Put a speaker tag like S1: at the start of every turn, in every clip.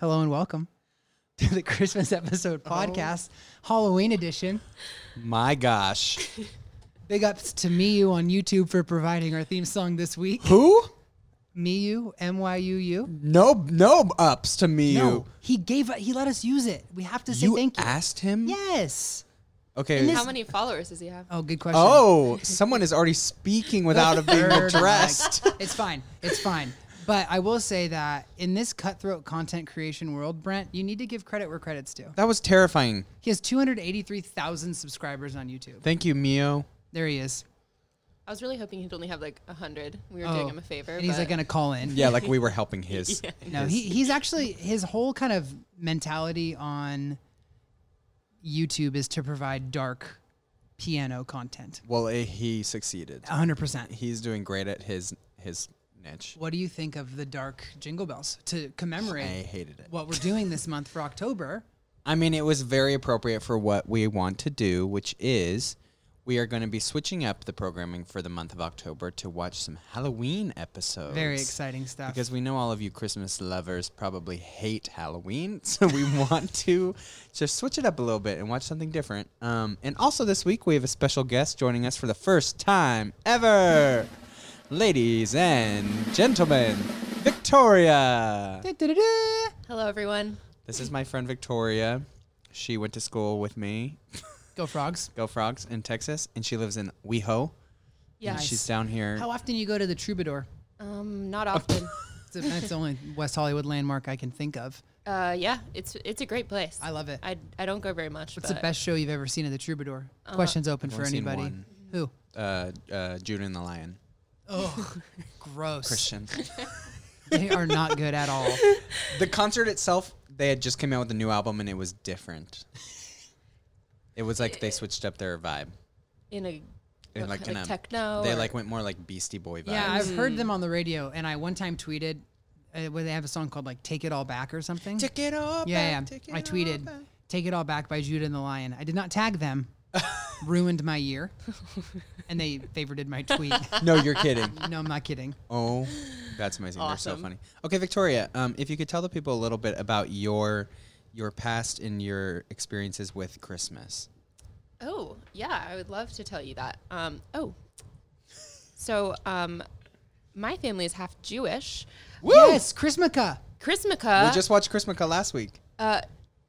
S1: Hello and welcome to the Christmas episode podcast, Halloween edition.
S2: My gosh.
S1: Big ups to Miyu on YouTube for providing our theme song this week.
S2: Who?
S1: Miyu, M Y U U.
S2: No, no ups to me.
S1: No, he gave he let us use it. We have to say
S2: you,
S1: thank you.
S2: asked him?
S1: Yes.
S2: Okay.
S1: And this-
S3: How many followers does he have?
S1: Oh, good question.
S2: oh, someone is already speaking without it being
S1: Bird
S2: addressed.
S1: mic. It's fine. It's fine. But I will say that in this cutthroat content creation world, Brent, you need to give credit where credit's due.
S2: That was terrifying.
S1: He has 283,000 subscribers on YouTube.
S2: Thank you, Mio.
S1: There he is.
S3: I was really hoping he'd only have like a hundred. We were doing
S1: Oh,
S3: him a favor.
S1: And he's like
S3: but-
S1: going to call in.
S2: Yeah, like we were helping his.
S1: No, he, he's actually, his whole kind of mentality on YouTube is to provide dark piano content.
S2: Well, eh, he succeeded.
S1: 100%.
S2: He's doing great at his his niche.
S1: What do you think of the dark jingle bells to commemorate
S2: I hated it.
S1: what we're doing this month for October?
S2: I mean, it was very appropriate for what we want to do, which is we are going to be switching up the programming for the month of October to watch some Halloween episodes.
S1: Very exciting stuff.
S2: Because we know all of you Christmas lovers probably hate Halloween, so we want to just switch it up a little bit and watch something different. Um, and also this week we have a special guest joining us for the first time ever, ladies and gentlemen, Victoria.
S1: Da-da-da-da.
S3: Hello, everyone.
S2: This is my friend Victoria. She went to school with me,
S1: Go frogs.
S2: Go Frogs, in Texas, and she lives in WeHo.
S3: Yeah,
S2: And she's down here.
S1: How often you go to the Troubadour?
S3: um, not often.
S1: It's the- That's the only West Hollywood landmark I can think of.
S3: uh, yeah, it's it's a great place.
S1: I love it.
S3: I, I don't go very much.
S1: What's
S3: but
S1: the best show you've ever seen at the Troubadour? Questions open
S2: I've
S1: for
S2: only seen
S1: anybody.
S2: one.
S1: Who?
S2: Uh, uh, Jude and the Lion.
S1: Oh, gross.
S2: Christian.
S1: They are not good at all.
S2: the concert itself, they had just came out with a new album and it was different. It was like they switched up their vibe.
S3: in a
S2: And
S3: what
S2: like,
S3: kind-
S2: in a-
S3: techno.
S2: They
S3: or-
S2: like went more like Beastie Boy vibes.
S1: Yeah, I've
S2: Mm.
S1: heard them on the radio, and I one time tweeted uh, where they have a song called like "Take It All Back" or something.
S2: Take it all
S1: yeah,
S2: back,
S1: yeah.
S2: take it
S1: I
S2: all
S1: tweeted
S2: back.
S1: "Take It All Back" by Judah and the Lion. I did not tag them. Ruined my year, and they favorited my tweet.
S2: No, you're kidding.
S1: no, I'm not kidding.
S2: Oh, that's amazing. They're so
S3: Awesome.
S2: funny. Okay, Victoria, um, if you could tell the people a little bit about your your past and your experiences with Christmas.
S3: Oh, yeah, I would love to tell you that. Um, oh, so um, my family is half Jewish.
S1: Yes, Chrismica.
S3: Chrismica.
S2: we just watched Chrismica last week.
S3: uh,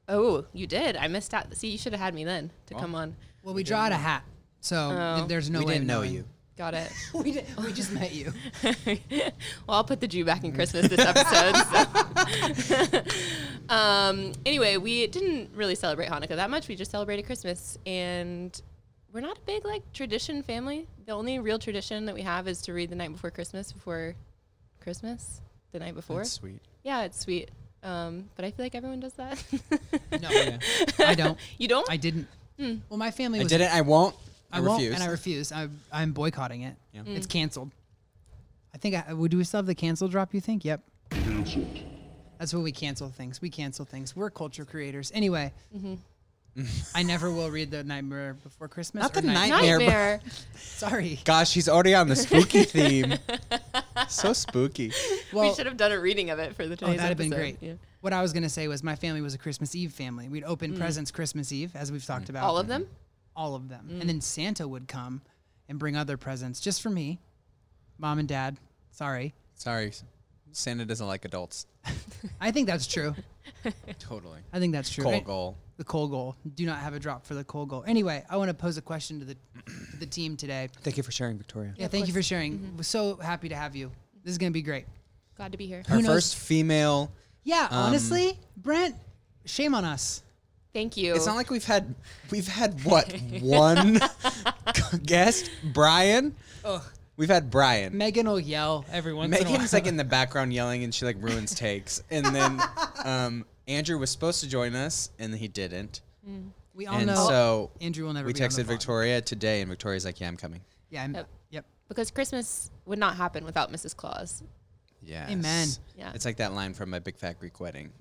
S3: oh, you did. I missed out. See, you should have had me then to come on.
S1: Well, we draw out a hat, so th- there's no
S2: we
S1: way
S2: didn't
S1: of
S2: know
S1: knowing.
S2: you.
S3: Got it.
S1: We did, we just met you.
S3: well, I'll put the Jew back in Christmas this episode. so. um, anyway, we didn't really celebrate Hanukkah that much. We just celebrated Christmas, and we're not a big like tradition family. The only real tradition that we have is to read the night before Christmas before Christmas, the night before.
S2: That's sweet.
S3: yeah, it's sweet. Um, but I feel like everyone does that.
S1: No, I don't.
S3: you don't.
S1: I didn't.
S2: Hmm.
S1: Well, my family
S2: I
S1: was.
S2: did it. I won't. I,
S1: I won't,
S2: refuse.
S1: and I refuse. I, I'm boycotting it.
S2: Yeah.
S1: It's canceled. I think. I, would- do we still have the cancel drop? You think? Yep. That's when we cancel things. We cancel things. We're culture creators. Anyway, I never will read the Nightmare Before Christmas.
S2: Not
S1: or
S2: the night- Nightmare, but-
S3: Nightmare.
S1: Sorry.
S2: Gosh, he's already on the spooky theme. so spooky.
S1: Well,
S3: we should have done a reading of it for the
S1: Oh,
S3: today's
S1: that'd have been great.
S3: episode. Yeah.
S1: What I was gonna say was my family was a Christmas Eve family. We'd open presents Christmas Eve, as we've talked about.
S3: All of them.
S1: all of them, and then Santa would come and bring other presents just for me, mom and dad. Sorry,
S2: Sorry, Santa doesn't like adults.
S1: I think that's true.
S2: Totally.
S1: I think that's true.
S2: Cold
S1: Right?
S2: goal.
S1: The coal goal. Do not have a drop for the coal goal. Anyway, I want to pose a question to the to the team today.
S2: Thank you for sharing, Victoria.
S1: Yeah, thank you for sharing.
S3: Mm-hmm.
S1: We're so happy to have you. This is gonna be great.
S3: Glad to be here.
S2: Our
S1: knows?
S2: first female.
S1: Yeah,
S2: Um,
S1: honestly, Brent, shame on us.
S3: Thank you.
S2: It's not like we've had we've had what one guest Brian.
S1: Ugh.
S2: We've had Brian.
S1: Megan will yell every once in a while.
S2: Megan's like in the background yelling, and she like ruins takes. And then um, Andrew was supposed to join us, and he didn't.
S1: we all
S2: And
S1: know
S2: so
S1: Oh, Andrew will never.
S2: we
S1: be on the
S2: texted
S1: pod.
S2: Victoria today, and Victoria's like, "Yeah, I'm coming."
S1: Yeah. I'm, yep.
S3: Yep. because Christmas would not happen without Mrs. Claus.
S2: Yeah.
S1: Amen.
S3: Yeah.
S2: It's like that line from My Big Fat Greek Wedding.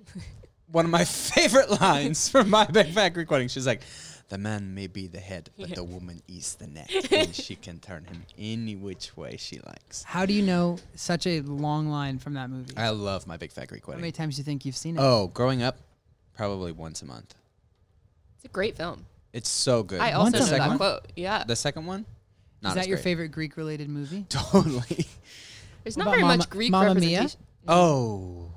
S2: One of my favorite lines from My Big Fat Greek Wedding. She's like, The man may be the head, but the woman is the neck, and she can turn him any which way she likes.
S1: How do you know such a long line from that movie?
S2: I love my big fat Greek
S1: How
S2: wedding.
S1: many times do you think you've seen it?
S2: Oh, growing up, probably once a month.
S3: It's a great film.
S2: It's so good.
S3: I
S1: Once
S3: also
S1: a
S3: know that
S1: month?
S3: quote. Yeah.
S2: the second one. Not
S1: is that
S2: as
S1: your
S2: great.
S1: favorite Greek-related movie?
S2: Totally.
S3: There's not
S1: about
S3: very
S1: Mamma-
S3: much Greek
S1: Mamma Mia?
S3: representation.
S2: Oh.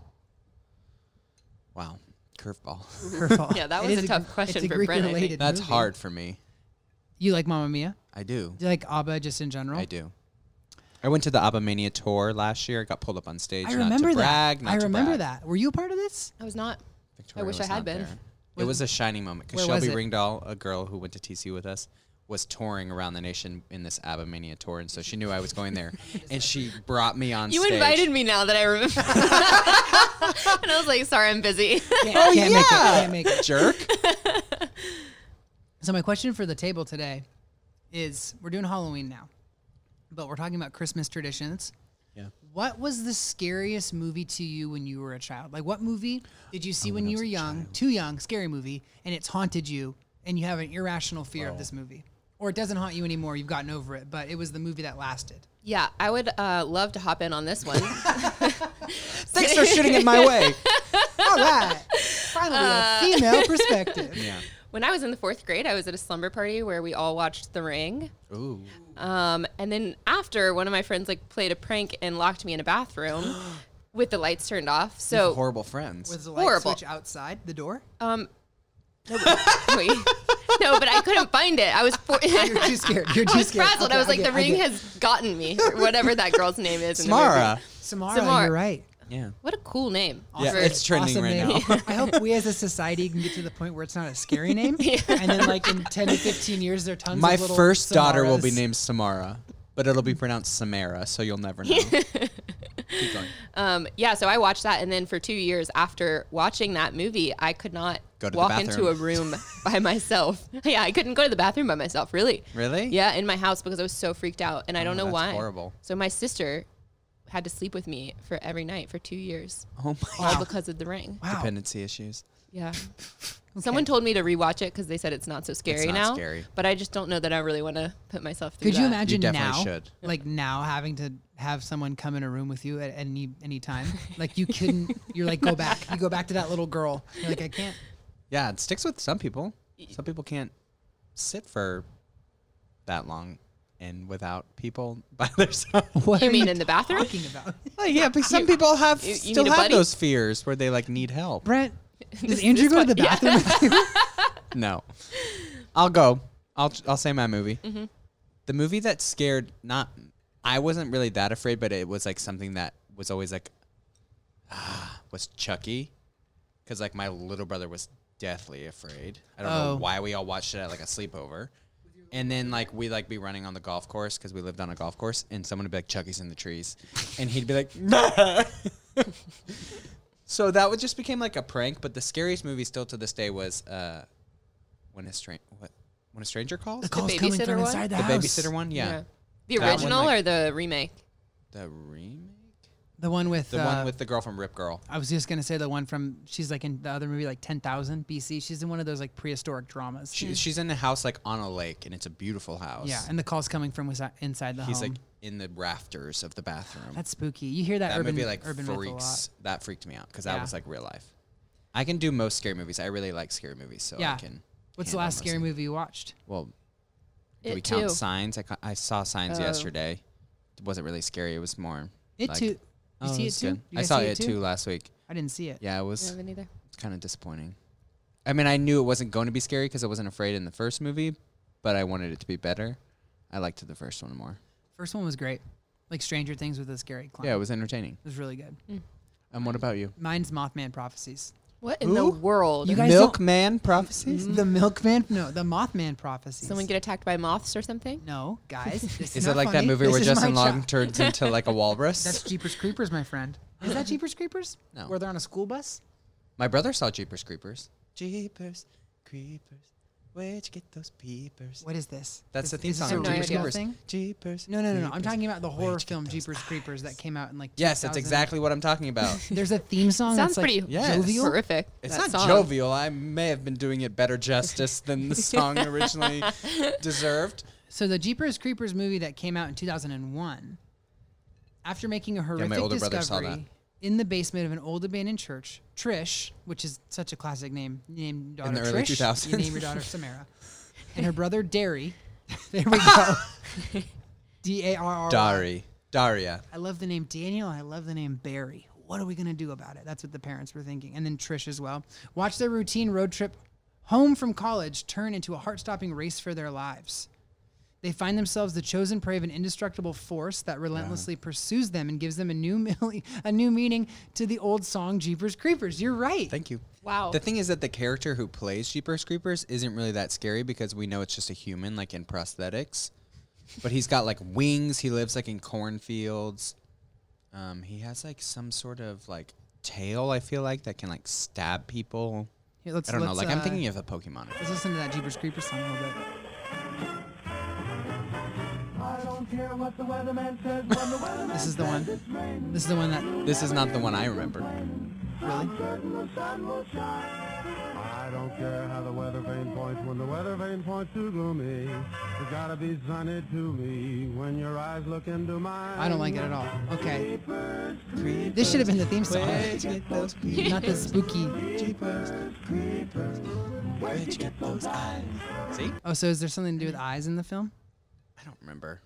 S2: Wow. Curveball.
S1: Curveball.
S3: Yeah, that
S1: It is
S3: was a
S1: Gr-
S3: tough
S1: it's
S3: question
S1: a
S3: for Brent, I think.
S1: Greek-related
S2: That's
S1: movie.
S2: hard for me.
S1: You like Mamma Mia?
S2: I do.
S1: Do you like ABBA just in general?
S2: I do. I went to the ABBA Mania tour last year. Got pulled up on stage.
S1: I
S2: not
S1: remember
S2: to brag,
S1: that.
S2: not
S1: I
S2: to
S1: remember
S2: brag.
S1: that. Were you a part of this?
S3: I was not.
S2: Victoria
S3: wish I
S2: was
S3: had
S2: not
S3: been.
S2: there. It was a shining moment because
S1: Where was
S2: Shelby
S1: it?
S2: Ringdahl, a girl who went to TC with us, was touring around the nation in this ABBA Mania tour, and so she knew I was going there, and she brought me on.
S3: You
S2: stage.
S3: invited me now that I remember. and I was like, sorry, I'm busy.
S1: Can't, can't make it.
S2: Oh, yeah.
S1: Can't make it.
S2: jerk.
S1: So my question for the table today is: We're doing Halloween now, but we're talking about Christmas traditions.
S2: Yeah.
S1: What was the scariest movie to you when you were a child? Like, what movie did you see when you were young, too young, scary movie, and it's haunted you, and you have an irrational fear of this movie, or it doesn't haunt you anymore? You've gotten over it, but it was the movie that lasted.
S3: Yeah, I would uh, love to hop in on this one.
S2: Thanks for shooting it my way.
S1: All right, finally a female perspective.
S2: Uh, Yeah.
S3: when I was in the fourth grade, I was at a slumber party where we all watched The Ring.
S2: Ooh.
S3: Um, and then after, one of my friends like played a prank and locked me in a bathroom with the lights turned off. So
S2: horrible friends.
S1: Was the light
S3: Horrible.
S1: switch outside the door?
S3: Um, no, but- wait. no, but I couldn't find it. I was for-
S1: You're
S3: I
S1: too scared. You're too
S3: was
S1: scared.
S3: frazzled. I
S1: Okay,
S3: was like,
S1: get-
S3: the ring
S1: get-
S3: has gotten me, or whatever that girl's name is. in the
S2: Mara.
S3: movie.
S1: Samara,
S3: Samara.
S1: You're right.
S2: Yeah.
S3: What a cool name.
S2: Yeah,
S3: for-
S2: it's trending
S1: Awesome
S2: right
S1: name.
S2: now.
S1: I hope we as a society can get to the point where it's not a scary name, and then like in ten to fifteen years, there are tons.
S2: My
S1: of little
S2: first daughter will be
S1: Samaras.
S2: named Samara, but it'll be pronounced Samara, so you'll never know. Keep going.
S3: Um, yeah, so I watched that, and then for two years after watching that movie, I could not
S2: Go to the
S3: walk into a
S2: bathroom.
S3: room by myself. Yeah, I couldn't go to the bathroom by myself. Really?
S2: Really?
S3: Yeah, in my house because I was so freaked out, and I don't
S2: Oh,
S3: know
S2: that's
S3: why.
S2: horrible.
S3: So my sister had to sleep with me for every night for two years,
S2: Oh my
S3: all
S2: God.
S3: because of the ring.
S1: Wow.
S2: Dependency issues.
S3: Yeah. Someone told me to rewatch it because they said it's not so scary
S2: not
S3: now.
S2: scary.
S3: But I just don't know that I really want to put myself through.
S1: Could you
S3: that.
S1: imagine
S2: definitely
S1: now,
S2: should.
S1: like now, having to have someone come in a room with you at any any time? Like you couldn't. You're like go back. You go back to that little girl. You're like I can't.
S2: Yeah, it sticks with some people. Some people can't sit for that long and without people by their side.
S1: What
S3: You
S1: are
S3: mean in the bathroom?
S1: talking about?
S2: Like, yeah, but some people have
S3: you- you
S2: still
S3: need a
S2: have
S3: buddy?
S2: those fears where they like need help.
S1: Brent, does Andrew go to the bathroom? with you?
S2: No. I'll go. I'll I'll say my movie. The movie that scared not I wasn't really that afraid, but it was like something that was always like ah, was Chucky cuz like my little brother was deathly afraid. I don't
S1: Oh.
S2: know why we all watched it at like a sleepover. And then like we like be running on the golf course cuz we lived on a golf course and someone would be like Chucky's in the trees and he'd be like "Nah." So that would just became like a prank, but the scariest movie still to this day was uh, when a stranger what when a stranger calls
S1: The call's coming
S3: babysitter
S1: from
S3: one?
S1: inside the,
S2: the
S1: house.
S2: babysitter one, yeah,
S3: The
S2: That one,
S3: original
S2: like-
S3: or the remake?
S2: the remake,
S1: The one with
S2: the
S1: uh,
S2: one with the girl from Rip Girl.
S1: I was just gonna say the one from she's like in the other movie like ten thousand BC. She's in one of those like prehistoric dramas.
S2: She, She's in a house like on a lake, and it's a beautiful house.
S1: Hmm. yeah, and the calls coming from wisi- inside the
S2: he's
S1: home.
S2: like in the rafters of the bathroom.
S1: That's spooky. You hear that,
S2: that
S1: urban
S2: movie like
S1: urban myth a lot.
S2: freaks. That freaked me out because
S1: Yeah.
S2: that was like real life. I can do most scary movies. I really like scary movies, so
S1: Yeah.
S2: I can.
S1: What's the last
S2: handle most
S1: scary
S2: of-
S1: movie you watched?
S2: Well, do
S3: It
S2: we count
S3: Too.
S2: signs? I, ca- I saw signs
S3: Oh.
S2: yesterday. It wasn't really scary. It was more.
S1: It
S2: like,
S1: too. You
S2: Oh,
S1: see it
S2: it's
S1: too?
S2: good.
S1: You
S2: I
S1: guys
S2: saw
S1: see
S2: it too last week.
S1: I didn't see it.
S2: Yeah, it
S3: I
S2: was
S3: haven't either.
S2: kind of disappointing. I mean, I knew it wasn't going to be scary because I wasn't afraid in the first movie, but I wanted it to be better. I liked the first one more.
S1: First one was great. Like Stranger Things with a scary clown.
S2: Yeah, it
S1: it
S2: was entertaining.
S1: was really good.
S2: And what about you?
S1: Mine's Mothman Prophecies.
S3: What in the
S2: Who?
S3: world?
S1: You guys don't-
S2: Milkman prophecies?
S1: The Milkman? No, the Mothman Prophecies.
S3: Someone get attacked by moths or something?
S1: no, guys. This is,
S2: Is
S1: not
S2: it like that
S1: funny.
S2: movie
S1: This
S2: where
S1: is
S2: Justin
S1: my
S2: Long
S1: job.
S2: turns into like a
S1: That's
S2: walrus?
S1: Jeepers Creepers, my friend. Is that Jeepers Creepers?
S2: No.
S1: Where they're on a school bus?
S2: My brother saw Jeepers Creepers. Jeepers Creepers. Where'd you get those peepers?
S1: What is this?
S2: That's
S1: Is-
S2: the theme
S1: is this
S2: song.
S1: a
S3: No
S1: Jeepers
S3: idea.
S1: Creepers thing?
S2: Jeepers.
S1: No, no, no, no. I'm talking about the
S2: Where'd you
S1: horror
S2: get
S1: film
S2: those
S1: Jeepers Creepers that came out in like.
S2: Yes, that's
S1: 2000.
S2: exactly what I'm talking about.
S1: There's a theme song.
S3: Sounds
S1: Oh, that's
S3: pretty
S1: Like,
S2: Yes. jovial?
S3: horrific.
S2: It's not
S3: that song.
S2: jovial. I may have been doing it better justice than the song originally deserved.
S1: so the Jeepers Creepers movie that came out in 2001, after making a horrific
S2: older brother
S1: discovery
S2: saw that.
S1: in the basement of an old abandoned church, Trish, which is such a classic name, you name your daughter
S2: the early
S1: Trish,
S2: 2000s.
S1: you name your daughter Samara, and her brother Derry. there we go. D A R R. Y.
S2: Dari. Daria.
S1: I love the name Daniel. I love the name Barry. What are we going to do about it? That's what the parents were thinking. And then Trish as well. Watch their routine road trip home from college turn into a heart stopping race for their lives. They find themselves the chosen prey of an indestructible force that relentlessly pursues them and gives them a new mil- a new meaning to the old song Jeepers Creepers. You're right.
S2: Thank you.
S3: Wow.
S2: The thing is that the character who plays Jeepers Creepers isn't really that scary because we know it's just a human, like in prosthetics. But he's got like wings. He lives like in cornfields. Um, he has like some sort of like tail. I feel like that can like stab people.
S1: Here, let's,
S2: I don't know.
S1: let's,
S2: Like
S1: uh,
S2: I'm thinking of a Pokemon.
S1: Let's listen to that Jeepers Creepers song a little bit.
S4: I don't care what the weatherman says when the weatherman
S1: This is the
S4: says
S1: one.
S4: it's raining.
S1: This is the one that
S2: This is not the one I remember.
S1: really.
S4: Certain the sun will shine. I don't care how the weather vane points when the weather vane points to gloomy. You gotta be sunny to me when your eyes look into mine.
S1: I don't like it at all. Okay. This should have been the theme song,
S2: Where'd you get those peepers?
S1: not the spooky
S2: Jeepers Creepers? Where'd you get those eyes? See?
S1: Oh, so is there something to do with eyes in the film?
S2: I don't remember.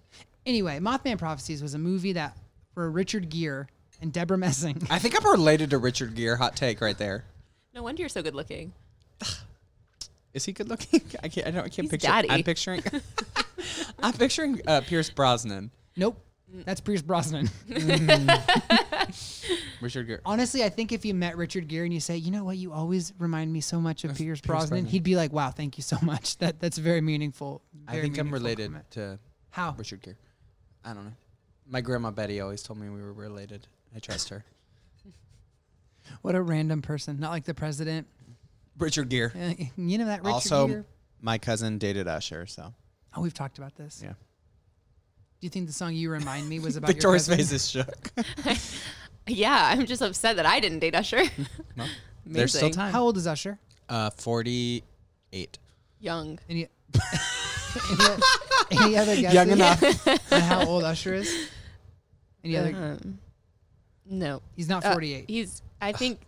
S1: Anyway, Mothman Prophecies was a movie that where Richard Gere and Deborah Messing.
S2: I think I'm related to Richard Gere. Hot take right there.
S3: no wonder you're so good looking.
S2: Is he good looking? I can't. I don't. I can't
S3: He's
S2: picture.
S3: daddy.
S2: I'm picturing. I'm picturing uh, Pierce Brosnan.
S1: Nope, that's Pierce Brosnan.
S2: Richard Gere.
S1: Honestly, I think if you met Richard Gere and you say, "You know what? You always remind me so much of Pierce, Brosnan,"
S2: Brosnan.
S1: he'd be like, "Wow, thank you so much. That that's very meaningful."
S2: I
S1: very
S2: think I'm
S1: meaningful
S2: related
S1: comment."
S2: to
S1: How?
S2: Richard Gere. I don't know. My grandma Betty always told me we were related. I trust her.
S1: What a random person. Not like the president.
S2: Richard Gere.
S1: Uh, you know that Richard
S2: also,
S1: Gere.
S2: my cousin dated Usher, so
S1: Oh, we've talked about this.
S2: Yeah.
S1: Do you think the song "You Remind Me" was about your
S2: Victoria's
S1: cousin?
S2: face is shook.
S3: Yeah, I'm just upset that I didn't date Usher.
S2: well, there's still
S3: Amazing.
S2: time.
S1: How old is Usher?
S2: Uh, forty-eight.
S3: Young.
S1: Any, any, any other guesses?
S2: Young enough.
S1: on how old Usher is? Any other?
S3: Um, no.
S1: He's not
S3: Uh,
S1: 48.
S3: he's, I think,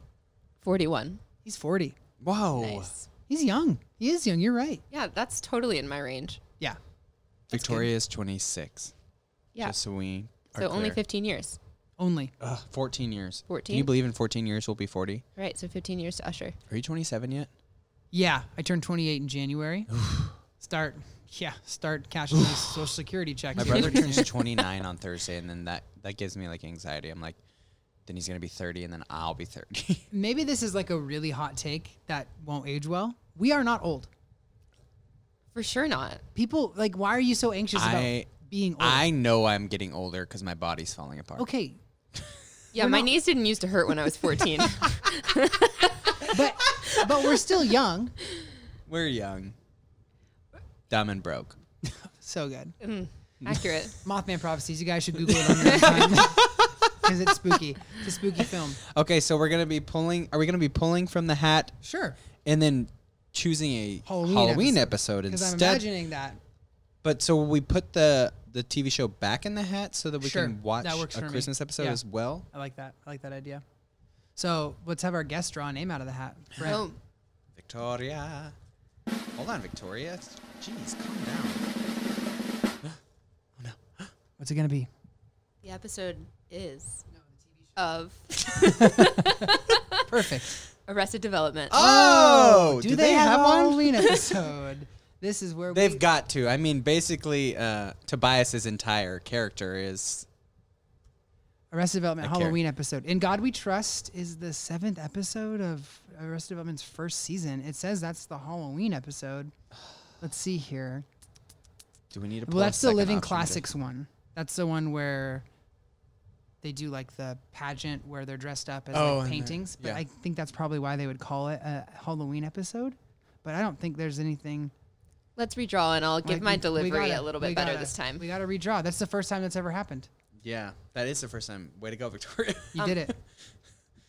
S3: 41.
S1: he's 40.
S2: Whoa.
S3: Nice.
S1: He's young. He is young. You're right.
S3: Yeah, that's totally in my range.
S1: Yeah.
S2: Victoria is twenty-six.
S3: Yeah.
S2: Just so we. Are
S3: so only
S2: clear.
S3: 15 years.
S1: Only.
S2: Ugh, 14 years. Can you
S3: 14?
S2: believe in 14 years we'll be 40?
S3: Right, so 15 years to Usher.
S2: Are you 27 yet?
S1: Yeah. I turned 28 in January. start. Yeah. Start cashing these social security checks.
S2: My
S1: really
S2: brother
S1: soon.
S2: turns 29 on Thursday, and then that, that gives me like anxiety. I'm like, then he's going to be 30, and then I'll be 30.
S1: Maybe this is like a really hot take that won't age well. We are not old.
S3: For sure not.
S1: People, like, why are you so anxious
S2: I-
S1: about being old?
S2: I know I'm getting older because my body's falling apart.
S1: Oh. okay.
S3: Yeah,
S1: We're
S3: my
S1: not-
S3: knees didn't used to hurt when I was 14.
S1: But, but we're still young.
S2: We're young, dumb, and broke.
S1: So good.
S3: Accurate.
S1: Mothman Prophecies. You guys should Google it on your own time. Because it's spooky. It's a spooky film.
S2: Okay, so we're going to be pulling. Are we going to be pulling from the hat
S1: Sure.
S2: and then choosing a
S1: Halloween
S2: Halloween, episode,
S1: Because I'm
S2: instead?
S1: imagining that.
S2: But so will we put the the TV show back in the hat so that we
S1: Sure,
S2: can watch
S1: that works
S2: a
S1: for me.
S2: Christmas episode
S1: Yeah.
S2: as well.
S1: I like that. I like that idea. So let's have our guest draw a name out of the hat. Brent.
S3: Oh,
S2: Victoria. Hold on, Victoria. Jeez, calm down.
S1: What's it gonna be?
S3: the episode is of
S1: Perfect.
S3: Arrested Development.
S2: Oh,
S1: do, they, have, a Halloween episode? this is where
S2: They've
S1: we,
S2: got to. I mean, basically, uh, Tobias's entire character is.
S1: Arrested Development
S2: I care.
S1: Halloween episode. In God We Trust is the seventh episode of Arrested Development's first season. It says that's the Halloween episode. Let's see here.
S2: Do we need to? pull
S1: Well,
S2: a
S1: that's the
S2: second
S1: Living
S2: option to-
S1: Classics one. That's the one where they do like the pageant where they're dressed up as
S2: Oh, and
S1: like
S2: they're-
S1: paintings. But
S2: yeah.
S1: I think that's probably why they would call it a Halloween episode. But I don't think there's anything.
S3: Let's redraw and I'll give
S1: Like,
S3: my
S1: we- we
S3: delivery
S1: gotta-
S3: a little
S1: we
S3: bit better
S1: gotta-
S3: this time.
S1: We got to redraw. That's the first time that's ever happened.
S2: Yeah, that is the first time. Way to go, Victoria.
S1: You
S3: Um.
S1: did it.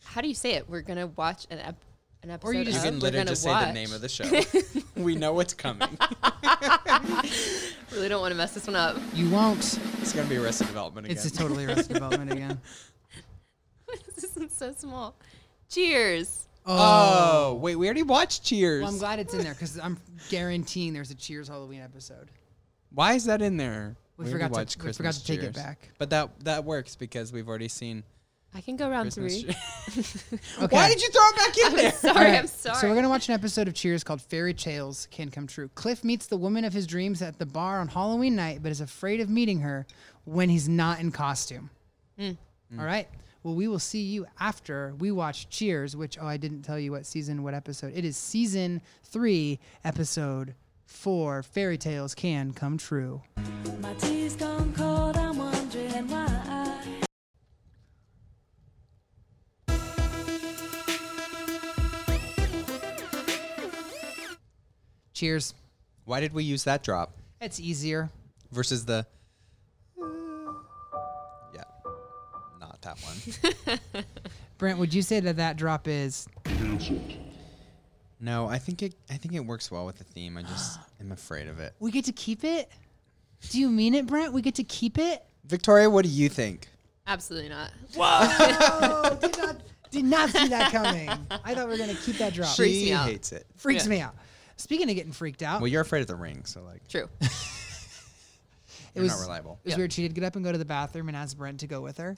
S3: How do you say it? We're gonna watch an ep- an episode.
S1: Or you
S2: You
S1: just-
S3: of,
S2: can
S3: we're
S2: literally
S3: gonna
S2: just say the name
S3: watch.
S2: of the show. we know what's coming.
S3: Really don't want to mess this one up.
S1: You won't.
S2: It's gonna be Arrested Development again.
S1: It's a totally Arrested Development again.
S3: this isn't so small. Cheers.
S2: oh wait, we already watched Cheers.
S1: Well, I'm glad it's in there because I'm guaranteeing there's a Cheers Halloween episode.
S2: Why is that in there?
S1: We
S2: already
S1: forgot to-
S2: watched
S1: we forgot to take it back.
S2: But that that works because we've already seen
S3: I can go round
S2: Christmas.
S3: three.
S2: Cheer-
S1: Okay.
S2: Why did you throw it back in there?
S3: Sorry,
S1: Alright,
S3: I'm sorry.
S1: So we're gonna watch an episode of Cheers called "Fairy Tales Can Come True." Cliff meets the woman of his dreams at the bar on Halloween night, but is afraid of meeting her when he's not in costume.
S3: Hmm.
S1: All right. Well, we will see you after we watch Cheers, which oh, I didn't tell you what season, what episode. It is season three, episode four. Fairy tales can come true.
S5: My tea's gone cold, I'm wondering why.
S1: Cheers.
S2: Why did we use that drop
S1: It's easier.
S2: versus the? Yeah, not that one.
S1: Brent, would you say that that drop is?
S2: No, I think it. I think it works well with the theme. I just am afraid of it.
S1: We get to keep it. Do you mean it, Brent? We get to keep it.
S2: Victoria, what do you think?
S3: Absolutely not.
S1: Oh, did not did not see that coming. I thought we were gonna keep that drop.
S3: Freaks me
S2: she
S3: out.
S2: hates it.
S1: Freaks
S3: Yeah.
S1: me out. Speaking of getting freaked out,
S2: Well, you're afraid of the ring, so like
S3: True.
S1: it
S2: you're
S1: was
S2: not reliable.
S1: It was
S3: Yeah.
S1: weird. She did get up and go to the bathroom and ask Brent to go with her.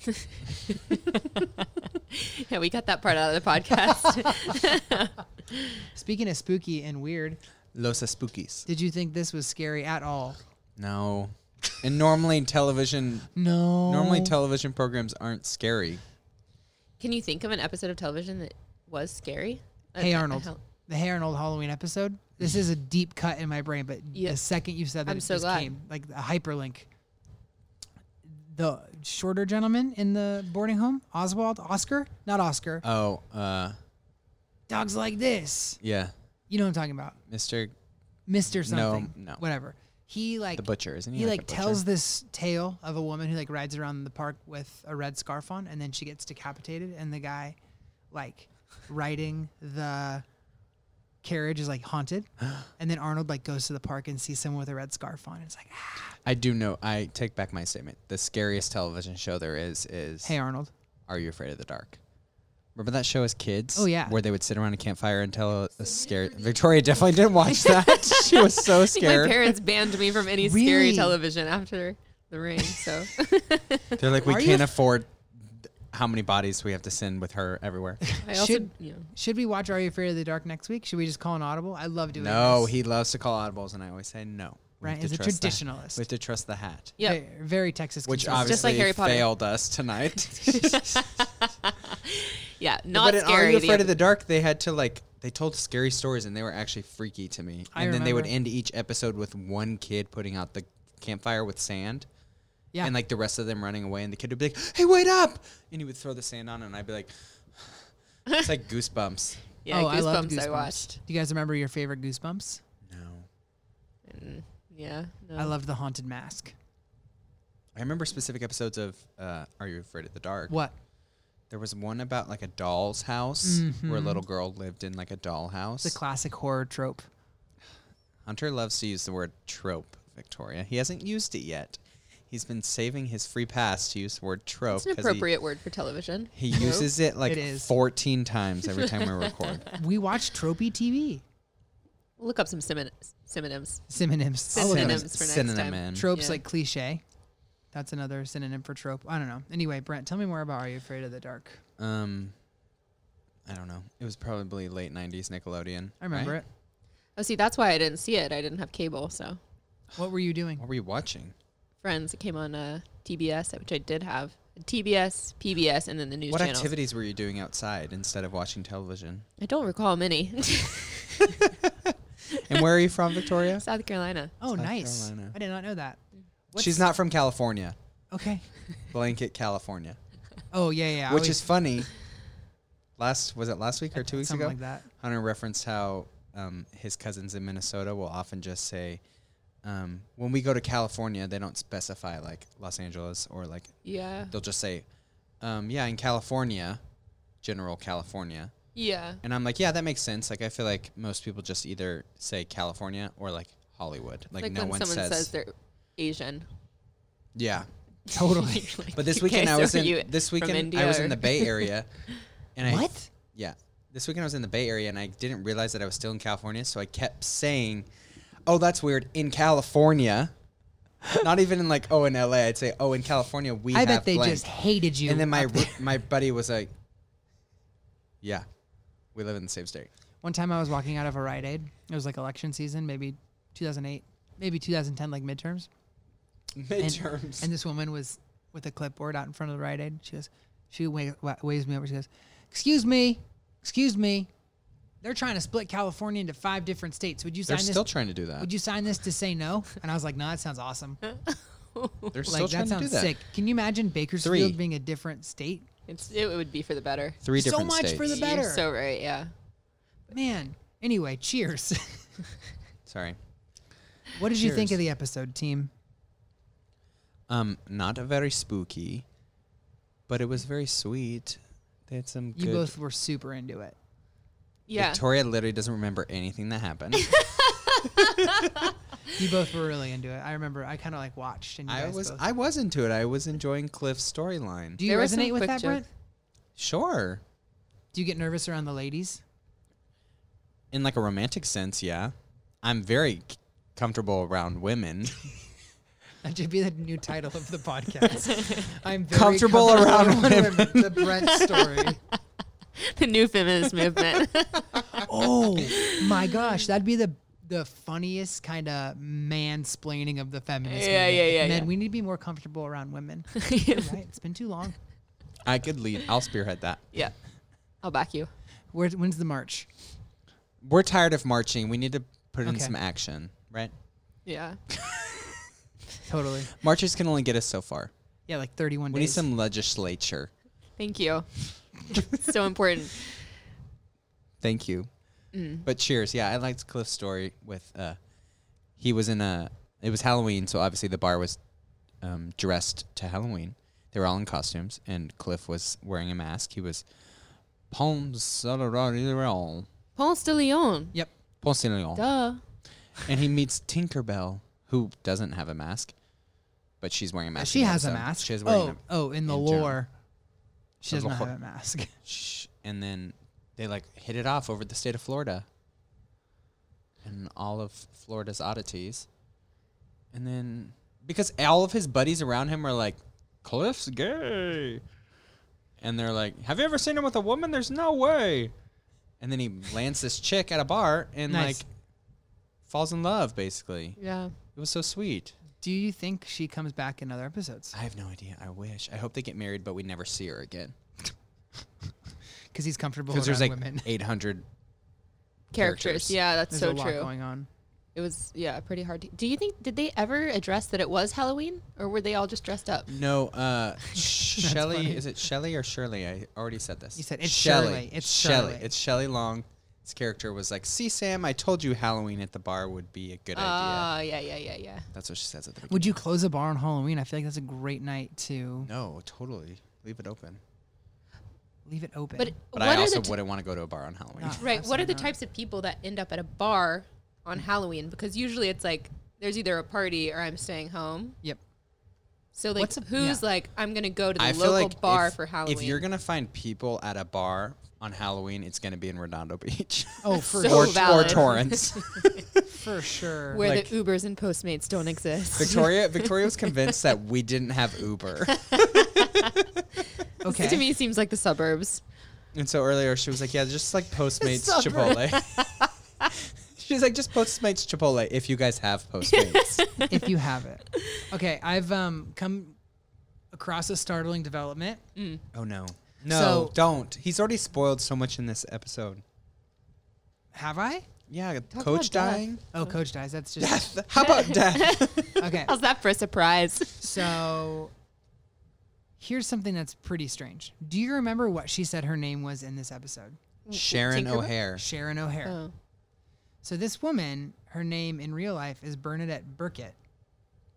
S3: Yeah, we cut that part out of the podcast.
S1: Speaking of spooky and weird,
S2: Los Spookies.
S1: did you think this was scary at all?
S2: No. And normally television
S1: No.
S2: normally television programs aren't scary.
S3: can you think of an episode of television that was scary? Uh,
S1: Hey
S3: uh,
S1: Arnold,
S3: hell-
S1: the Hey Arnold Halloween episode. This is a deep cut in my brain, but
S3: Yeah.
S1: the second you said that,
S3: I'm
S1: it
S3: so
S1: just
S3: glad.
S1: came like a hyperlink. The shorter gentleman in the boarding home, Oswald, Oscar, not Oscar.
S2: Oh, uh
S1: Dogs like this.
S2: yeah.
S1: You know what I'm talking about.
S2: Mr.
S1: Mr.
S2: No,
S1: Something.
S2: no.
S1: Whatever. He like
S2: The butcher, isn't he?
S1: He
S2: Like
S1: like,
S2: a butcher?
S1: tells this tale of a woman who like rides around the park with a red scarf on and then she gets decapitated and the guy like riding the carriage is like haunted. and then Arnold like goes to the park and sees someone with a red scarf on. And it's like, ah,
S2: I do know I take back my statement. The scariest television show there is is
S1: hey Arnold.
S2: Are You Afraid of the Dark? Remember that show as kids?
S1: Oh, yeah.
S2: Where they would sit around a campfire and tell a, a scary Victoria definitely didn't watch that. she was so
S3: I think my
S2: scared.
S3: parents banned me from any
S1: Really?
S3: scary television after the ring. So
S2: They're like, We
S1: Are you
S2: can't
S1: af-
S2: afford th- how many bodies we have to send with her everywhere.
S3: I also
S1: Should-
S3: you know,
S1: Should we watch Are You Afraid of the Dark next week? Should we just call an audible? I love doing
S2: no,
S1: this.
S2: he loves to call audibles and I always say no. We have
S1: Brent is
S2: to
S1: a
S2: trust the-
S1: traditionalist.
S2: we have to trust the hat.
S3: yeah.
S1: Ve- Very Texas
S2: which
S1: conservative.
S2: obviously
S3: Just like Harry Potter.
S2: failed us tonight.
S3: Yeah, not
S2: but in Are
S3: scary.
S2: You
S3: the
S2: Afraid of
S3: epi-
S2: the Dark, they had to like they told scary stories and they were actually freaky to me.
S1: I
S2: and then they would
S1: remember.
S2: end each episode with one kid putting out the campfire with sand.
S1: Yeah.
S2: And like the rest of them running away, and the kid would be like, "Hey, wait up!" And he would throw the sand on, and I'd be like, "It's like goosebumps."
S3: yeah,
S1: oh,
S3: goosebumps,
S1: I love Goosebumps.
S3: I watched.
S1: Do you guys remember your favorite Goosebumps?
S2: No,
S3: Yeah.
S1: I
S3: no.
S1: loved the haunted mask.
S2: I remember specific episodes of uh, Are You Afraid of the Dark.
S1: What?
S2: There was one about like a doll's house where a little girl lived in like a dollhouse.
S1: Mm-hmm. The classic horror trope.
S2: Hunter loves to use the word trope, Victoria. He hasn't used it yet. He's been saving his free pass to use the word trope
S3: It's an
S2: 'cause
S3: appropriate word for television.
S2: he, he uses it like
S1: It is.
S2: 14 times every time we record.
S1: We watch tropey TV.
S3: Look up some synonym- synonyms.
S1: Synonyms. I'll look it up.
S3: Synonyms for next time.
S2: Synonym.
S1: Tropes
S3: Yeah.
S1: like cliche. That's another synonym for trope. I don't know. Anyway, Brent, tell me more about Are You Afraid of the Dark?
S2: Um, I don't know. It was probably late 90s Nickelodeon.
S1: I remember
S2: right?
S1: it.
S3: Oh, see, that's why I didn't see it. I didn't have cable, so
S1: What were you doing?
S2: What were you watching?
S3: Friends it came on uh, TBS, which I did have. TBS, PBS, and then the news
S2: what
S3: channels.
S2: activities were you doing outside instead of watching television?
S3: I don't recall many.
S2: And where are you from, Victoria?
S3: South Carolina.
S1: Oh,
S2: South
S1: nice.
S2: Carolina.
S1: I did not know that.
S2: She's not from California.
S1: Okay.
S2: Blanket California.
S1: Oh, yeah, yeah. I
S2: which
S1: always-
S2: is funny. Last was it last week or two weeks
S1: something
S2: ago?
S1: like that.
S2: Hunter referenced how uh, um, his cousins in Minnesota will often just say, um, when we go to California, they don't specify like Los Angeles or like
S3: Yeah.
S2: they'll just say, um, yeah, in California, general California.
S3: Yeah.
S2: And I'm like, yeah, that makes sense. Like, I feel like most people just either say California or like Hollywood. Like,
S3: Like,
S2: no
S3: when
S2: one
S3: someone says,
S2: says,
S3: they're Asian.
S2: yeah.
S1: Totally.
S3: Like,
S2: But this
S3: "You
S2: weekend
S3: guys
S2: I was
S3: are
S2: in
S3: you
S2: this
S3: from
S2: weekend I
S3: India
S2: was in
S3: or-"
S2: the Bay Area, and I
S1: What?
S2: yeah, this weekend I was in the Bay Area and I didn't realize that I was still in California, so I kept saying, "Oh, that's weird." In California, not even in like oh in LA, I'd say oh in California we.
S1: I
S2: have
S1: bet they
S2: blank."
S1: just hated you.
S2: And then my
S1: up there.
S2: my buddy was like, "Yeah, we live in the same state."
S1: One time I was walking out of a Rite Aid. It was like election season, maybe 2008, maybe 2010, like midterms. And-
S2: Midterms.
S1: And this woman was with a clipboard out in front of the Rite Aid. She goes, she wa- wa- waves me over. She goes, "Excuse me, excuse me. They're trying to split California into five different states. Would you
S2: they're
S1: sign
S2: still
S1: this?
S2: trying to do that.
S1: would you sign this to say no?" And I was like, "No, that sounds awesome.
S2: they're still
S1: Like that
S2: trying to do
S1: sounds
S2: that.
S1: sick. Can you imagine Bakersfield
S2: Three.
S1: being a different state?
S3: It's, it would be for the better.
S2: Three
S1: So
S2: different
S1: much
S2: states.
S1: for the
S3: You're
S1: Better.
S3: so right. Yeah.
S1: Man. Anyway, cheers.
S2: Sorry.
S1: what did you think
S2: Cheers.
S1: of the episode, team?
S2: Um, not very spooky, but it was very sweet. They had some.
S1: You
S2: good-
S1: both were super into it.
S3: Yeah.
S2: Victoria literally doesn't remember anything that happened.
S1: You both were really into it. I remember. I kind of like watched, and you
S2: I
S1: guys
S2: was
S1: both-
S2: I was into it. I was enjoying Cliff's storyline.
S1: Do you
S3: There were some
S1: resonate with
S3: quick
S1: that, Brent?
S3: jokes.
S2: Sure,
S1: Do you get nervous around the ladies?
S2: in like a romantic sense, yeah. I'm very c- comfortable around women.
S1: That should be the new title of the podcast. I'm very
S2: Comfortable around
S1: The Brent story.
S3: the new feminist movement.
S1: oh my gosh, that'd be the the funniest kind of mansplaining of the feminist.
S3: Yeah,
S1: movement.
S3: yeah, yeah,
S1: Men,
S3: yeah.
S1: we need to be more comfortable around women. You're right, it's been too long.
S2: I could lead. I'll spearhead that.
S3: yeah. I'll back you.
S1: Where's, when's the march?
S2: We're tired of marching. We need to put in
S1: Okay.
S2: some action, right?
S3: Yeah.
S1: Totally.
S2: Marches can only get us so far.
S1: Yeah, like 31
S2: We need
S1: days.
S2: some legislature.
S3: Thank you. so important.
S2: Thank you.
S1: Mm.
S2: But cheers. Yeah, I liked Cliff's story with uh he was in a it was Halloween, so obviously the bar was um dressed to Halloween. They were all in costumes and Cliff was wearing a mask. He was Ponce de Leon.
S3: Ponce de Leon.
S1: Yep.
S2: Ponce de Leon.
S3: Duh.
S2: And he meets Tinkerbell, who doesn't have a mask. But she's wearing a mask.
S1: She
S2: again,
S1: has a
S2: so
S1: mask.
S2: She's wearing
S1: oh,
S2: a
S1: oh, in the
S2: in general.
S1: lore, she
S2: The
S1: does not
S2: lore.
S1: have a mask.
S2: Shh. and then they like hit it off over the state of Florida and all of Florida's oddities. And then because all of his buddies around him are like, Cliff's gay. And they're like, Have you ever seen him with a woman? There's no way. And then he lands this chick at a bar and
S1: Nice.
S2: like falls in love, basically.
S3: Yeah.
S2: It was so sweet.
S1: Do you think she comes back in other episodes?
S2: I have no idea. I wish. I hope they get married, but we never see her again.
S1: Because he's comfortable around
S2: Because there's like
S1: women.
S2: 800
S3: Characters.
S2: Characters.
S3: Yeah,
S1: There's
S3: that's so
S1: a lot
S3: true.
S1: going on.
S3: It was yeah, pretty hard. To, do you think did they ever address that it was Halloween or were they all just dressed up?
S2: No, uh, Shelly.
S1: funny.
S2: Is it Shelly or Shirley? I already said this.
S1: You said it's Shirley. It's
S2: Shelley.
S1: Shirley.
S2: It's Shelly Long. His character was like, "See, Sam, I told you Halloween at the bar would be a good idea."
S3: Uh, yeah, yeah, yeah, yeah.
S2: That's what she says at the beginning.
S1: Would you close a bar on Halloween? I feel like that's a great night to
S2: No, totally. Leave it open.
S1: leave it open.
S3: But,
S2: But
S3: what
S2: I
S3: are
S2: also
S3: the t-
S2: wouldn't want to go to a bar on Halloween.
S1: No.
S3: right? What are the
S1: Absolutely not.
S3: types of people that end up at a bar on Halloween? Because usually it's like there's either a party or I'm staying home.
S1: yep.
S3: So like,
S1: What's a-
S3: who's
S1: yeah.
S3: like I'm gonna go to the
S2: I
S3: local
S2: feel like
S3: bar
S2: if,
S3: for Halloween?
S2: if you're gonna find people at a bar on Halloween, it's gonna be in Redondo Beach
S1: Oh, for
S3: so
S2: or,
S1: sure.
S3: bad.
S2: or
S3: valid.
S2: Torrance.
S1: For sure.
S3: where
S2: like-
S3: the Ubers and Postmates don't exist.
S2: Victoria Victoria was convinced that we didn't have Uber.
S1: okay.
S3: to me, seems like the suburbs.
S2: And so earlier she was like, "Yeah, just like Postmates
S3: Suburb.
S2: Chipotle." She's like, "Just Postmates Chipotle if you guys have Postmates."
S1: if you have it. Okay, I've um come across a startling development.
S3: Mm.
S2: oh no, no,
S1: So-
S2: don't. He's already spoiled so much in this episode.
S1: Have I?
S2: Yeah,
S3: about
S2: coach
S3: death.
S2: dying.
S1: Oh, coach dies. That's just
S2: How about death?
S1: okay.
S3: How's that for a surprise?
S1: So here's something that's pretty strange. Do you remember what she said her name was in this episode?
S2: Sharon
S3: Tinkerbell?
S2: O'Hare.
S1: Sharon O'Hare.
S3: Oh.
S1: So this woman, her name in real life is Bernadette Burkett.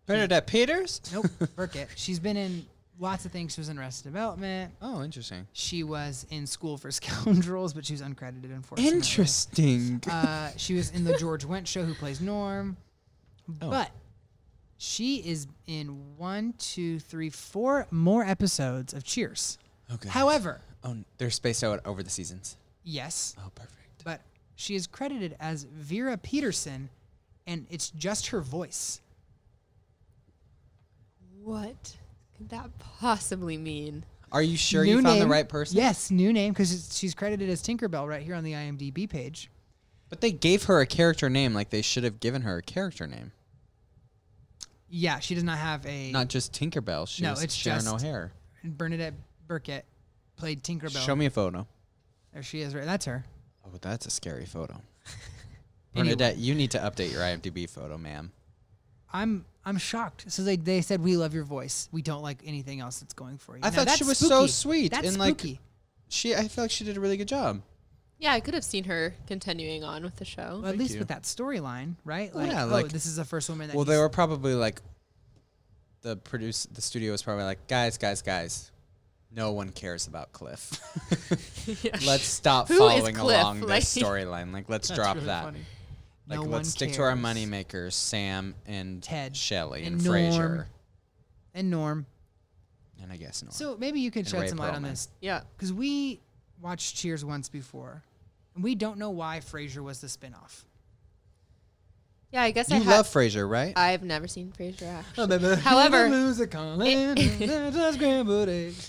S2: Bernadette Peters?
S1: Nope, Burkett. She's been in lots of things. She was in Arrested Development.
S2: Oh, interesting.
S1: She was in School for Scoundrels, but she was uncredited, unfortunately.
S2: Interesting.
S1: Uh, she was in the George Wendt show, who plays Norm. But she is in one, two, three, four more episodes of Cheers.
S2: Okay.
S1: However,
S2: oh, they're spaced out over the seasons.
S1: yes,
S2: Oh, perfect.
S1: but she is credited as Vera Peterson, and it's just her voice.
S3: What could that possibly mean?
S2: Are you sure you found the right person?
S1: Yes, new name because she's credited as Tinkerbell right here on the IMDb page.
S2: But they gave her a character name like they should have given her a character name.
S1: Yeah, she does not have a
S2: Not just Tinkerbell. She
S1: No,
S2: was
S1: it's
S2: Sharon
S1: just-
S2: O'Hare.
S1: Bernadette Burkett played Tinkerbell.
S2: Show me a photo.
S1: There she is. Right, that's her.
S2: Oh, that's a scary photo.
S1: Anyway.
S2: Bernadette, you need to update your IMDb photo, ma'am.
S1: I'm I'm shocked. So they, they said we love your voice. We don't like anything else that's going for you.
S2: I
S1: Now,
S2: thought
S1: that's
S2: she was
S1: spooky.
S2: so sweet
S1: That's
S2: and, like,
S1: spooky.
S2: She, I feel like she did a really good job.
S3: Yeah, I could have seen her continuing on with the show.
S1: Well, at least
S2: you.
S1: with that storyline, right?
S2: Well,
S1: Like,
S2: yeah,
S1: oh,
S2: like-
S1: this is the first woman that.
S2: Well,
S1: he's-
S2: they were probably like, the produce the studio was probably like, guys, guys, guys, no one cares about Cliff. let's stop
S3: Who is
S2: following
S3: Cliff?
S2: along
S3: Like-
S2: this storyline. Like, let's drop that. Like,
S1: No one
S2: let's stick to our
S1: cares.
S2: money makers, Sam and
S1: Ted
S2: Shelley, and,
S1: and Norm.
S2: Fraser,
S1: and Norm.
S2: and I guess Norm.
S1: So maybe you could
S2: And
S1: shed
S2: Ray
S1: some light on
S2: Perlman.
S1: this
S3: yeah.
S1: because we watched Cheers once before, and we don't know why Frasier was the spinoff.
S3: Yeah, I guess I
S2: you
S3: have.
S2: love Fraser, right?
S3: I've never seen Frasier. Actually.
S1: However,
S3: However-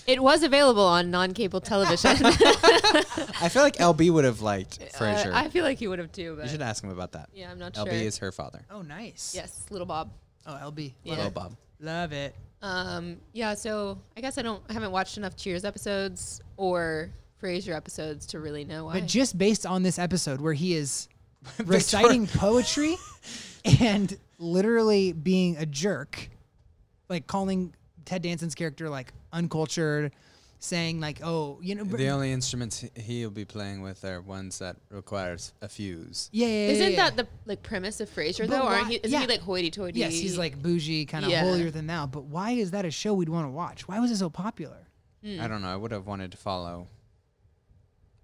S3: It was available on non-cable television.
S2: I feel like LB would have liked Frasier.
S3: Uh, I feel like he would have too, but
S2: you should ask him about that.
S3: yeah, I'm not
S2: LB
S3: sure.
S2: is her father.
S1: oh, nice.
S3: yes, little Bob.
S1: Oh, LB.
S3: Yeah.
S2: Hello, Bob.
S1: Love it.
S3: Um, yeah, so I guess I don't I haven't watched enough Cheers episodes or Frasier episodes to really know why.
S1: But just based on this episode where he is reciting poetry and literally being a jerk, like calling Ted Danson's character like uncultured, saying like, "Oh, you know."
S2: The only instruments he- he'll be playing with are ones that requires a fuse.
S1: yeah, yeah, yeah,
S3: Isn't
S1: yeah.
S3: that the like premise of Frasier
S1: But
S3: though? Aren't
S1: why-
S3: he? Isn't
S1: yeah.
S3: he like hoity-toity?
S1: Yes, he's like bougie, kind of
S3: Yeah.
S1: holier than thou. But why is that a show we'd want to watch? Why was it so popular?
S3: Mm.
S2: I don't know. I would have wanted to follow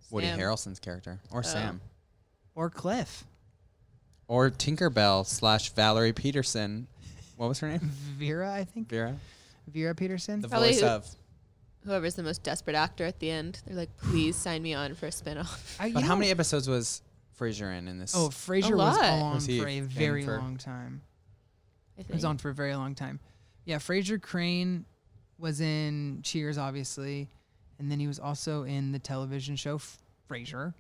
S2: Woody
S3: Sam. Oh.
S2: Harrelson's character or Sam
S1: Or Cliff,
S2: or Tinkerbell slash Valerie Peterson. What was her name?
S1: Vera, I think
S2: Vera?
S1: Vera Peterson.
S2: The
S3: Probably
S2: voice
S3: who-
S2: of.
S3: whoever's the most desperate actor at the end. They're like, please sign me on for a spinoff.
S1: I- you
S2: But how
S1: know-
S2: many episodes was Frasier in in this?
S1: Oh, Frasier was
S3: lot.
S1: on
S2: Was he
S1: for a
S2: in
S1: very
S2: for-
S1: long time.
S3: I
S1: It was
S3: think.
S1: on for a very long time. Yeah, Frasier Crane was in Cheers, obviously, and then he was also in the television show F- Frasier,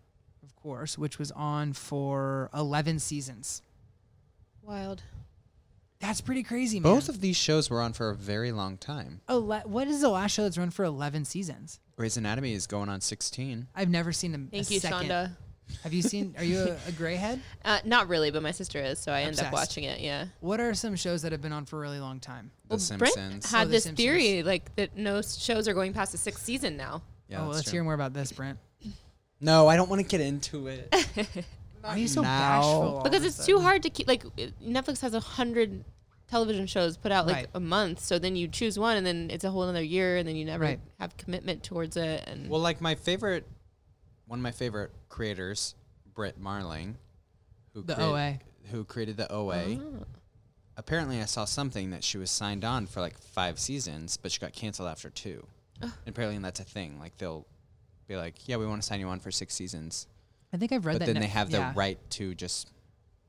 S1: of course, which was on for eleven seasons.
S3: Wild.
S1: That's pretty crazy, man.
S2: Both of these shows were on for a very long time.
S1: Ele- what is the last show that's run for eleven seasons?
S2: Grey's Anatomy is going on 16.
S1: I've never seen them.
S3: Thank you,
S1: second.
S3: Shonda.
S1: Have you seen? Are you a, a grayhead?
S3: Uh, not really, but my sister is, so I end
S1: Obsessed.
S3: up watching it. Yeah.
S1: What are some shows that have been on for a really long time?
S2: The
S3: Brent
S2: Simpsons.
S1: Oh,
S3: had
S1: The
S3: this
S1: Simpsons.
S3: theory like that no s- shows are going past the sixth season now.
S2: yeah,
S1: oh,
S2: that's
S1: let's
S2: true.
S1: hear more about this, Brent.
S2: No, I don't want to get into it.
S1: Why are you so
S2: now.
S1: bashful? all
S3: because
S1: of a
S3: it's
S1: sudden?
S3: too hard to keep like it- netflix has a hundred television shows put out like
S1: Right.
S3: a month so then you choose one and then it's a whole another year and then you never
S1: Right.
S3: have commitment towards it and
S2: Well, like my favorite, one of my favorite creators, Britt Marling, who
S1: The Oh.
S2: created, OA, who created the OA. Apparently, I saw something that she was signed on for like five seasons, but she got canceled after two. And apparently, that's a thing. Like they'll be like, "Yeah, we want to sign you on for six seasons,"
S1: I think I've read
S2: but
S1: that.
S2: then
S1: net-
S2: they have
S1: yeah.
S2: the right to just.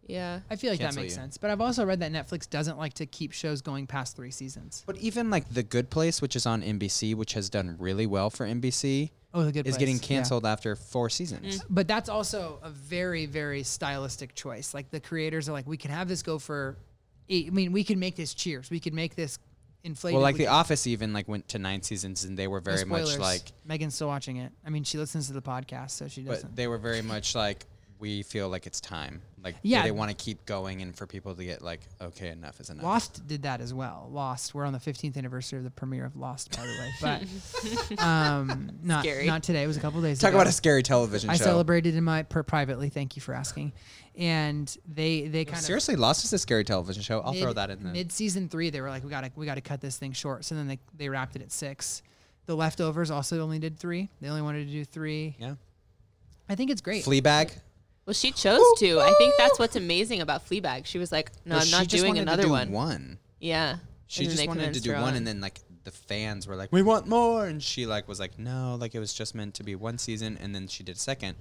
S3: yeah
S1: I feel like that
S2: cancel
S1: makes
S2: you.
S1: sense. But I've also read that Netflix doesn't like to keep shows going past three seasons.
S2: But even like The Good Place, which is on NBC, which has done really well for NBC,
S1: Oh, the good
S2: is getting
S1: Place, yeah. Mm-hmm.
S2: canceled after four seasons.
S1: But that's also a very, very stylistic choice. Like the creators are like, we can have this go for. Eight. I mean, we can make this Cheers. We can make this inflated.
S2: Well, like
S1: we
S2: The
S1: can-
S2: Office, even like went to nine seasons, and they were
S1: No
S2: very much
S1: spoilers.
S2: like
S1: Megan's still watching it. I mean, she listens to the podcast, so she doesn't.
S2: but they were very much like we feel like it's time. Like
S1: Yeah.
S2: they want to keep going and for people to get like, okay, enough is enough.
S1: Lost did that as well. Lost. We're on the 15th anniversary of the premiere of Lost, by the way. But um, not
S3: Scary.
S1: not today. It was a couple days.
S2: Talk
S1: ago.
S2: about a scary television
S1: I
S2: show.
S1: celebrated in my per privately. Thank you for asking. And they they kind of
S2: Seriously, Lost is a scary television show. I'll throw that in there.
S1: mid season three. They were like, we gotta we gotta cut this thing short. So then they they wrapped it at six. The leftovers also only did three. They only wanted to do three.
S2: yeah.
S1: I think it's great.
S2: Fleabag.
S3: Well, she chose to. I think that's what's amazing about Fleabag. She was like, "No,
S2: Well,
S3: I'm
S2: she
S3: not
S2: just
S3: doing
S2: wanted to
S3: another
S2: do
S3: one.
S2: One.
S3: Yeah.
S2: She
S3: And then they
S2: just wanted to
S3: convinced
S2: do
S3: her
S2: one,
S3: on.
S2: and then like the fans were like, "We want more," and she like was like, "No, like it was just meant to be one season," and then she did a second,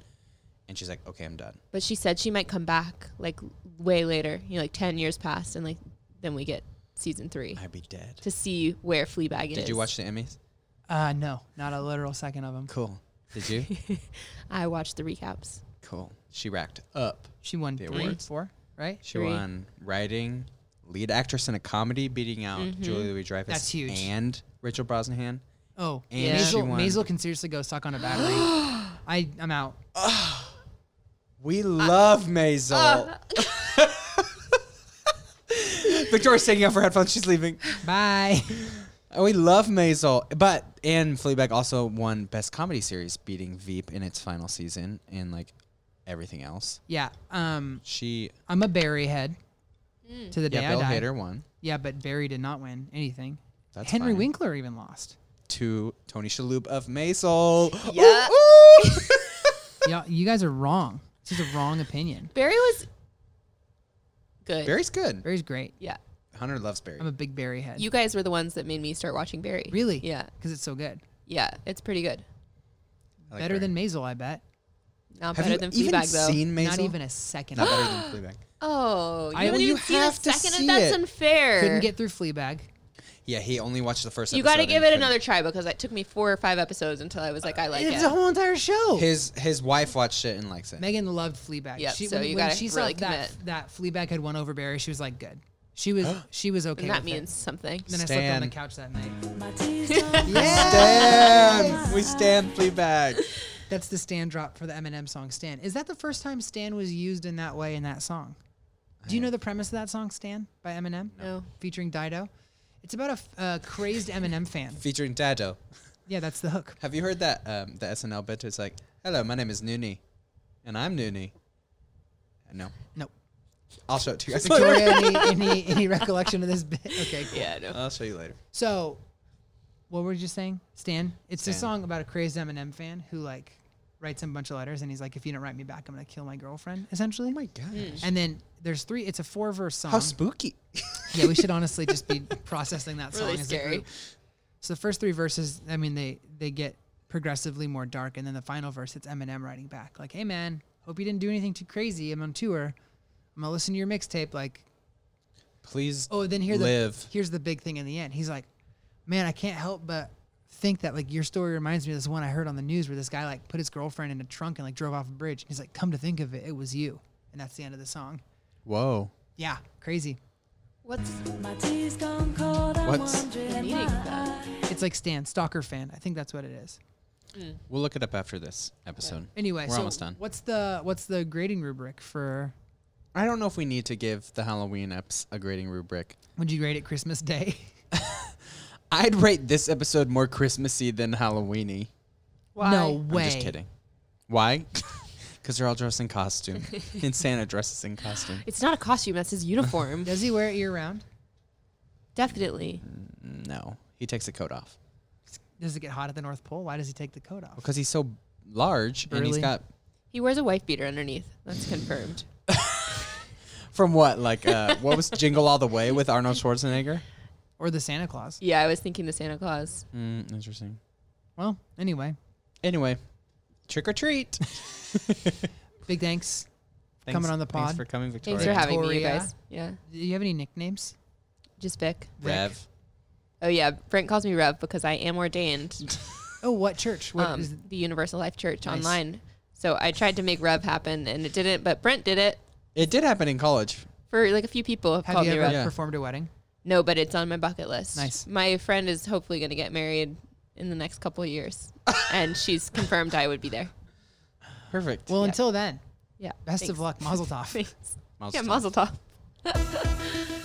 S2: and she's like, "Okay, I'm done."
S3: But she said she might come back like way later. You know, like ten years past, and like then we get season three
S2: I'd be dead.
S3: to see where Fleabag is.
S2: Did you watch the Emmys?
S1: Uh, no, not a literal second of them.
S2: Cool. Did you?
S3: I watched the recaps.
S2: cool. She racked up.
S1: She won
S2: The
S1: three,
S2: awards.
S1: four, right?
S2: She
S3: Three.
S2: won writing, lead actress in a comedy, beating out Julie Louis Dreyfus.
S1: Mm-hmm. That's huge.
S2: And Rachel Brosnahan.
S1: Oh,
S2: And
S1: yeah.
S2: she
S1: Maisel,
S2: won.
S1: Maisel can seriously go suck on a battery. I I'm out.
S2: We
S1: Uh,
S2: love Maisel. Victoria's taking off her headphones. She's leaving.
S1: Bye.
S2: Oh, we love Maisel, but and Fleabag also won Best Comedy Series, beating Veep in its final season and like everything else.
S1: yeah. Um,
S2: She,
S1: I'm a Barry head to the day
S2: yeah, Bill
S1: I die.
S2: Hader won
S1: Yeah, but Barry did not win anything.
S2: That's
S1: Henry
S2: fine.
S1: Winkler even lost.
S2: to Tony Shalhoub of Maisel.
S3: Yeah.
S2: Ooh, ooh.
S1: yeah, you guys are wrong. This is a wrong opinion.
S3: Barry was good.
S2: Barry's good.
S1: Barry's great.
S3: Yeah.
S2: Hunter loves Barry.
S1: I'm a big Barry head.
S3: You guys were the ones that made me start watching Barry.
S1: really?
S3: Yeah.
S1: Because it's so good.
S3: Yeah. It's pretty good.
S2: I like
S1: better
S2: Barry.
S1: than Maisel, I bet.
S3: Not
S2: Have
S3: better
S2: you
S3: than
S2: even
S3: Fleabag though.
S2: seen Maisel?
S1: Not even a second.
S2: Not better than Fleabag.
S3: oh, you
S1: I-
S3: haven't
S1: well,
S2: you
S3: even seen a
S2: have to
S3: second
S2: see
S3: of that's
S2: it.
S3: unfair.
S1: Couldn't get through Fleabag.
S2: Yeah, he only watched the first.
S3: you got to
S2: episode
S3: give
S2: and
S3: it
S2: couldn't-
S3: another try because it took me four or five episodes until I was like, I like
S1: it's
S3: it.
S1: a whole entire show.
S2: His his wife watched it and likes it.
S1: Megan loved Fleabag.
S3: Yep,
S1: she,
S3: so
S1: when,
S3: you
S1: when
S3: gotta
S1: she
S3: really
S1: saw that
S3: commit.
S1: that Fleabag had won over Barry, she was like, good. She was she was okay.
S3: and that
S1: with it.
S3: means something.
S1: Then I slept on the
S2: Stan.
S1: couch that night.
S5: My tears don't
S2: Stan, we stand Fleabag.
S1: That's the Stan drop for the Eminem song Stan. Is that the first time Stan was used in that way in that song? Do you know the premise of that song Stan by Eminem?
S3: No.
S1: Featuring Dido. It's about a f- uh, crazed Eminem fan.
S2: Featuring Dado.
S1: Yeah, that's the hook.
S2: Have you heard that um, the SNL bit? It's like, "Hello, my name is Noonie, and I'm Noonie." No,
S1: No.
S2: I'll show it to you guys.
S1: Victoria, any, any, any recollection of this bit? Okay, cool.
S3: Yeah, no.
S2: I'll show you later.
S1: So, what were you just saying, Stan? It's a
S2: Stan.
S1: song about a crazed Eminem fan who like writes him a bunch of letters, and he's like, "If you don't write me back, I'm gonna kill my girlfriend." Essentially. Oh my
S2: gosh.
S1: And then there's three. It's a four verse song.
S2: How spooky!
S1: yeah, we should honestly just be processing that song
S3: Really
S1: as a
S3: scary.
S1: group. So the first three verses, I mean, they they get progressively more dark, and then the final verse, it's Eminem writing back, like, "Hey man, hope you didn't do anything too crazy. I'm on tour. I'm gonna listen to your mixtape. Like,
S2: Please.
S1: oh, then here the
S2: live.
S1: here's the big thing in the end. He's like, man, I can't help but think that like your story reminds me of this one I heard on the news where this guy like put his girlfriend in a trunk and like drove off a bridge. He's like, come to think of it, it was you, and that's the end of the song.
S2: Whoa.
S1: Yeah, crazy.
S3: What's
S5: My tears gone cold. I'm
S2: What's-
S5: wondering
S3: meaning of
S5: why.
S3: that?
S1: It's like Stan Stalker fan. I think that's what it is.
S2: We'll look it up after this episode.
S1: Anyway,
S2: we're
S1: so
S2: almost done.
S1: What's the what's the grading rubric for?
S2: I don't know if we need to give the Halloween eps a grading rubric.
S1: Would you grade it Christmas Day?
S2: I'd rate this episode more Christmassy than Halloweeny.
S3: Why?
S1: No way.
S2: I'm just kidding. Why? Because they're all dressed in costume. and Santa dresses in costume.
S3: It's not a costume. That's his uniform.
S1: Does he wear it year round?
S3: Definitely.
S2: No, he takes the coat off
S1: Does it get hot at the North Pole? Why does he take the coat off?
S2: because he's so large and he's
S1: Burly.
S2: got
S3: He wears a wife beater underneath. That's confirmed.
S2: From what? Like, uh, what was Jingle All the Way with Arnold Schwarzenegger?
S1: Or the Santa Claus?
S3: Yeah, I was thinking the Santa Claus.
S2: Mm, interesting.
S1: Well, anyway,
S2: Anyway, trick or treat.
S1: big thanks.
S2: Thanks-
S1: Coming on the pod.
S2: Thanks for coming, Victoria.
S3: Thanks for having me, you
S1: Victoria.
S3: guys. Yeah,
S1: Do you have any nicknames?
S3: just Vic.
S1: Rick.
S2: Rev.
S3: Oh yeah, Brent calls me Rev because I am ordained.
S1: Oh, what church? What
S3: um,
S1: is-
S3: the Universal Life Church
S1: Nice.
S3: online. So I tried to make Rev happen and it didn't, but Brent did it
S2: It did happen in college.
S3: for like a few people have,
S1: have
S3: called
S1: you
S3: me
S1: ever
S3: Rev.
S2: Yeah.
S1: performed a wedding?
S3: No, but it's on my bucket list.
S1: Nice.
S3: My friend is hopefully going to get married in the next couple of years, and she's confirmed I would be there.
S2: Perfect.
S1: Well,
S3: Yeah.
S1: until then,
S3: Yeah.
S6: Best
S3: thanks.
S6: of luck, Mazel Tov.
S3: Thanks.
S1: Mazel
S3: Yeah,
S1: tov.
S3: Mazel Tov.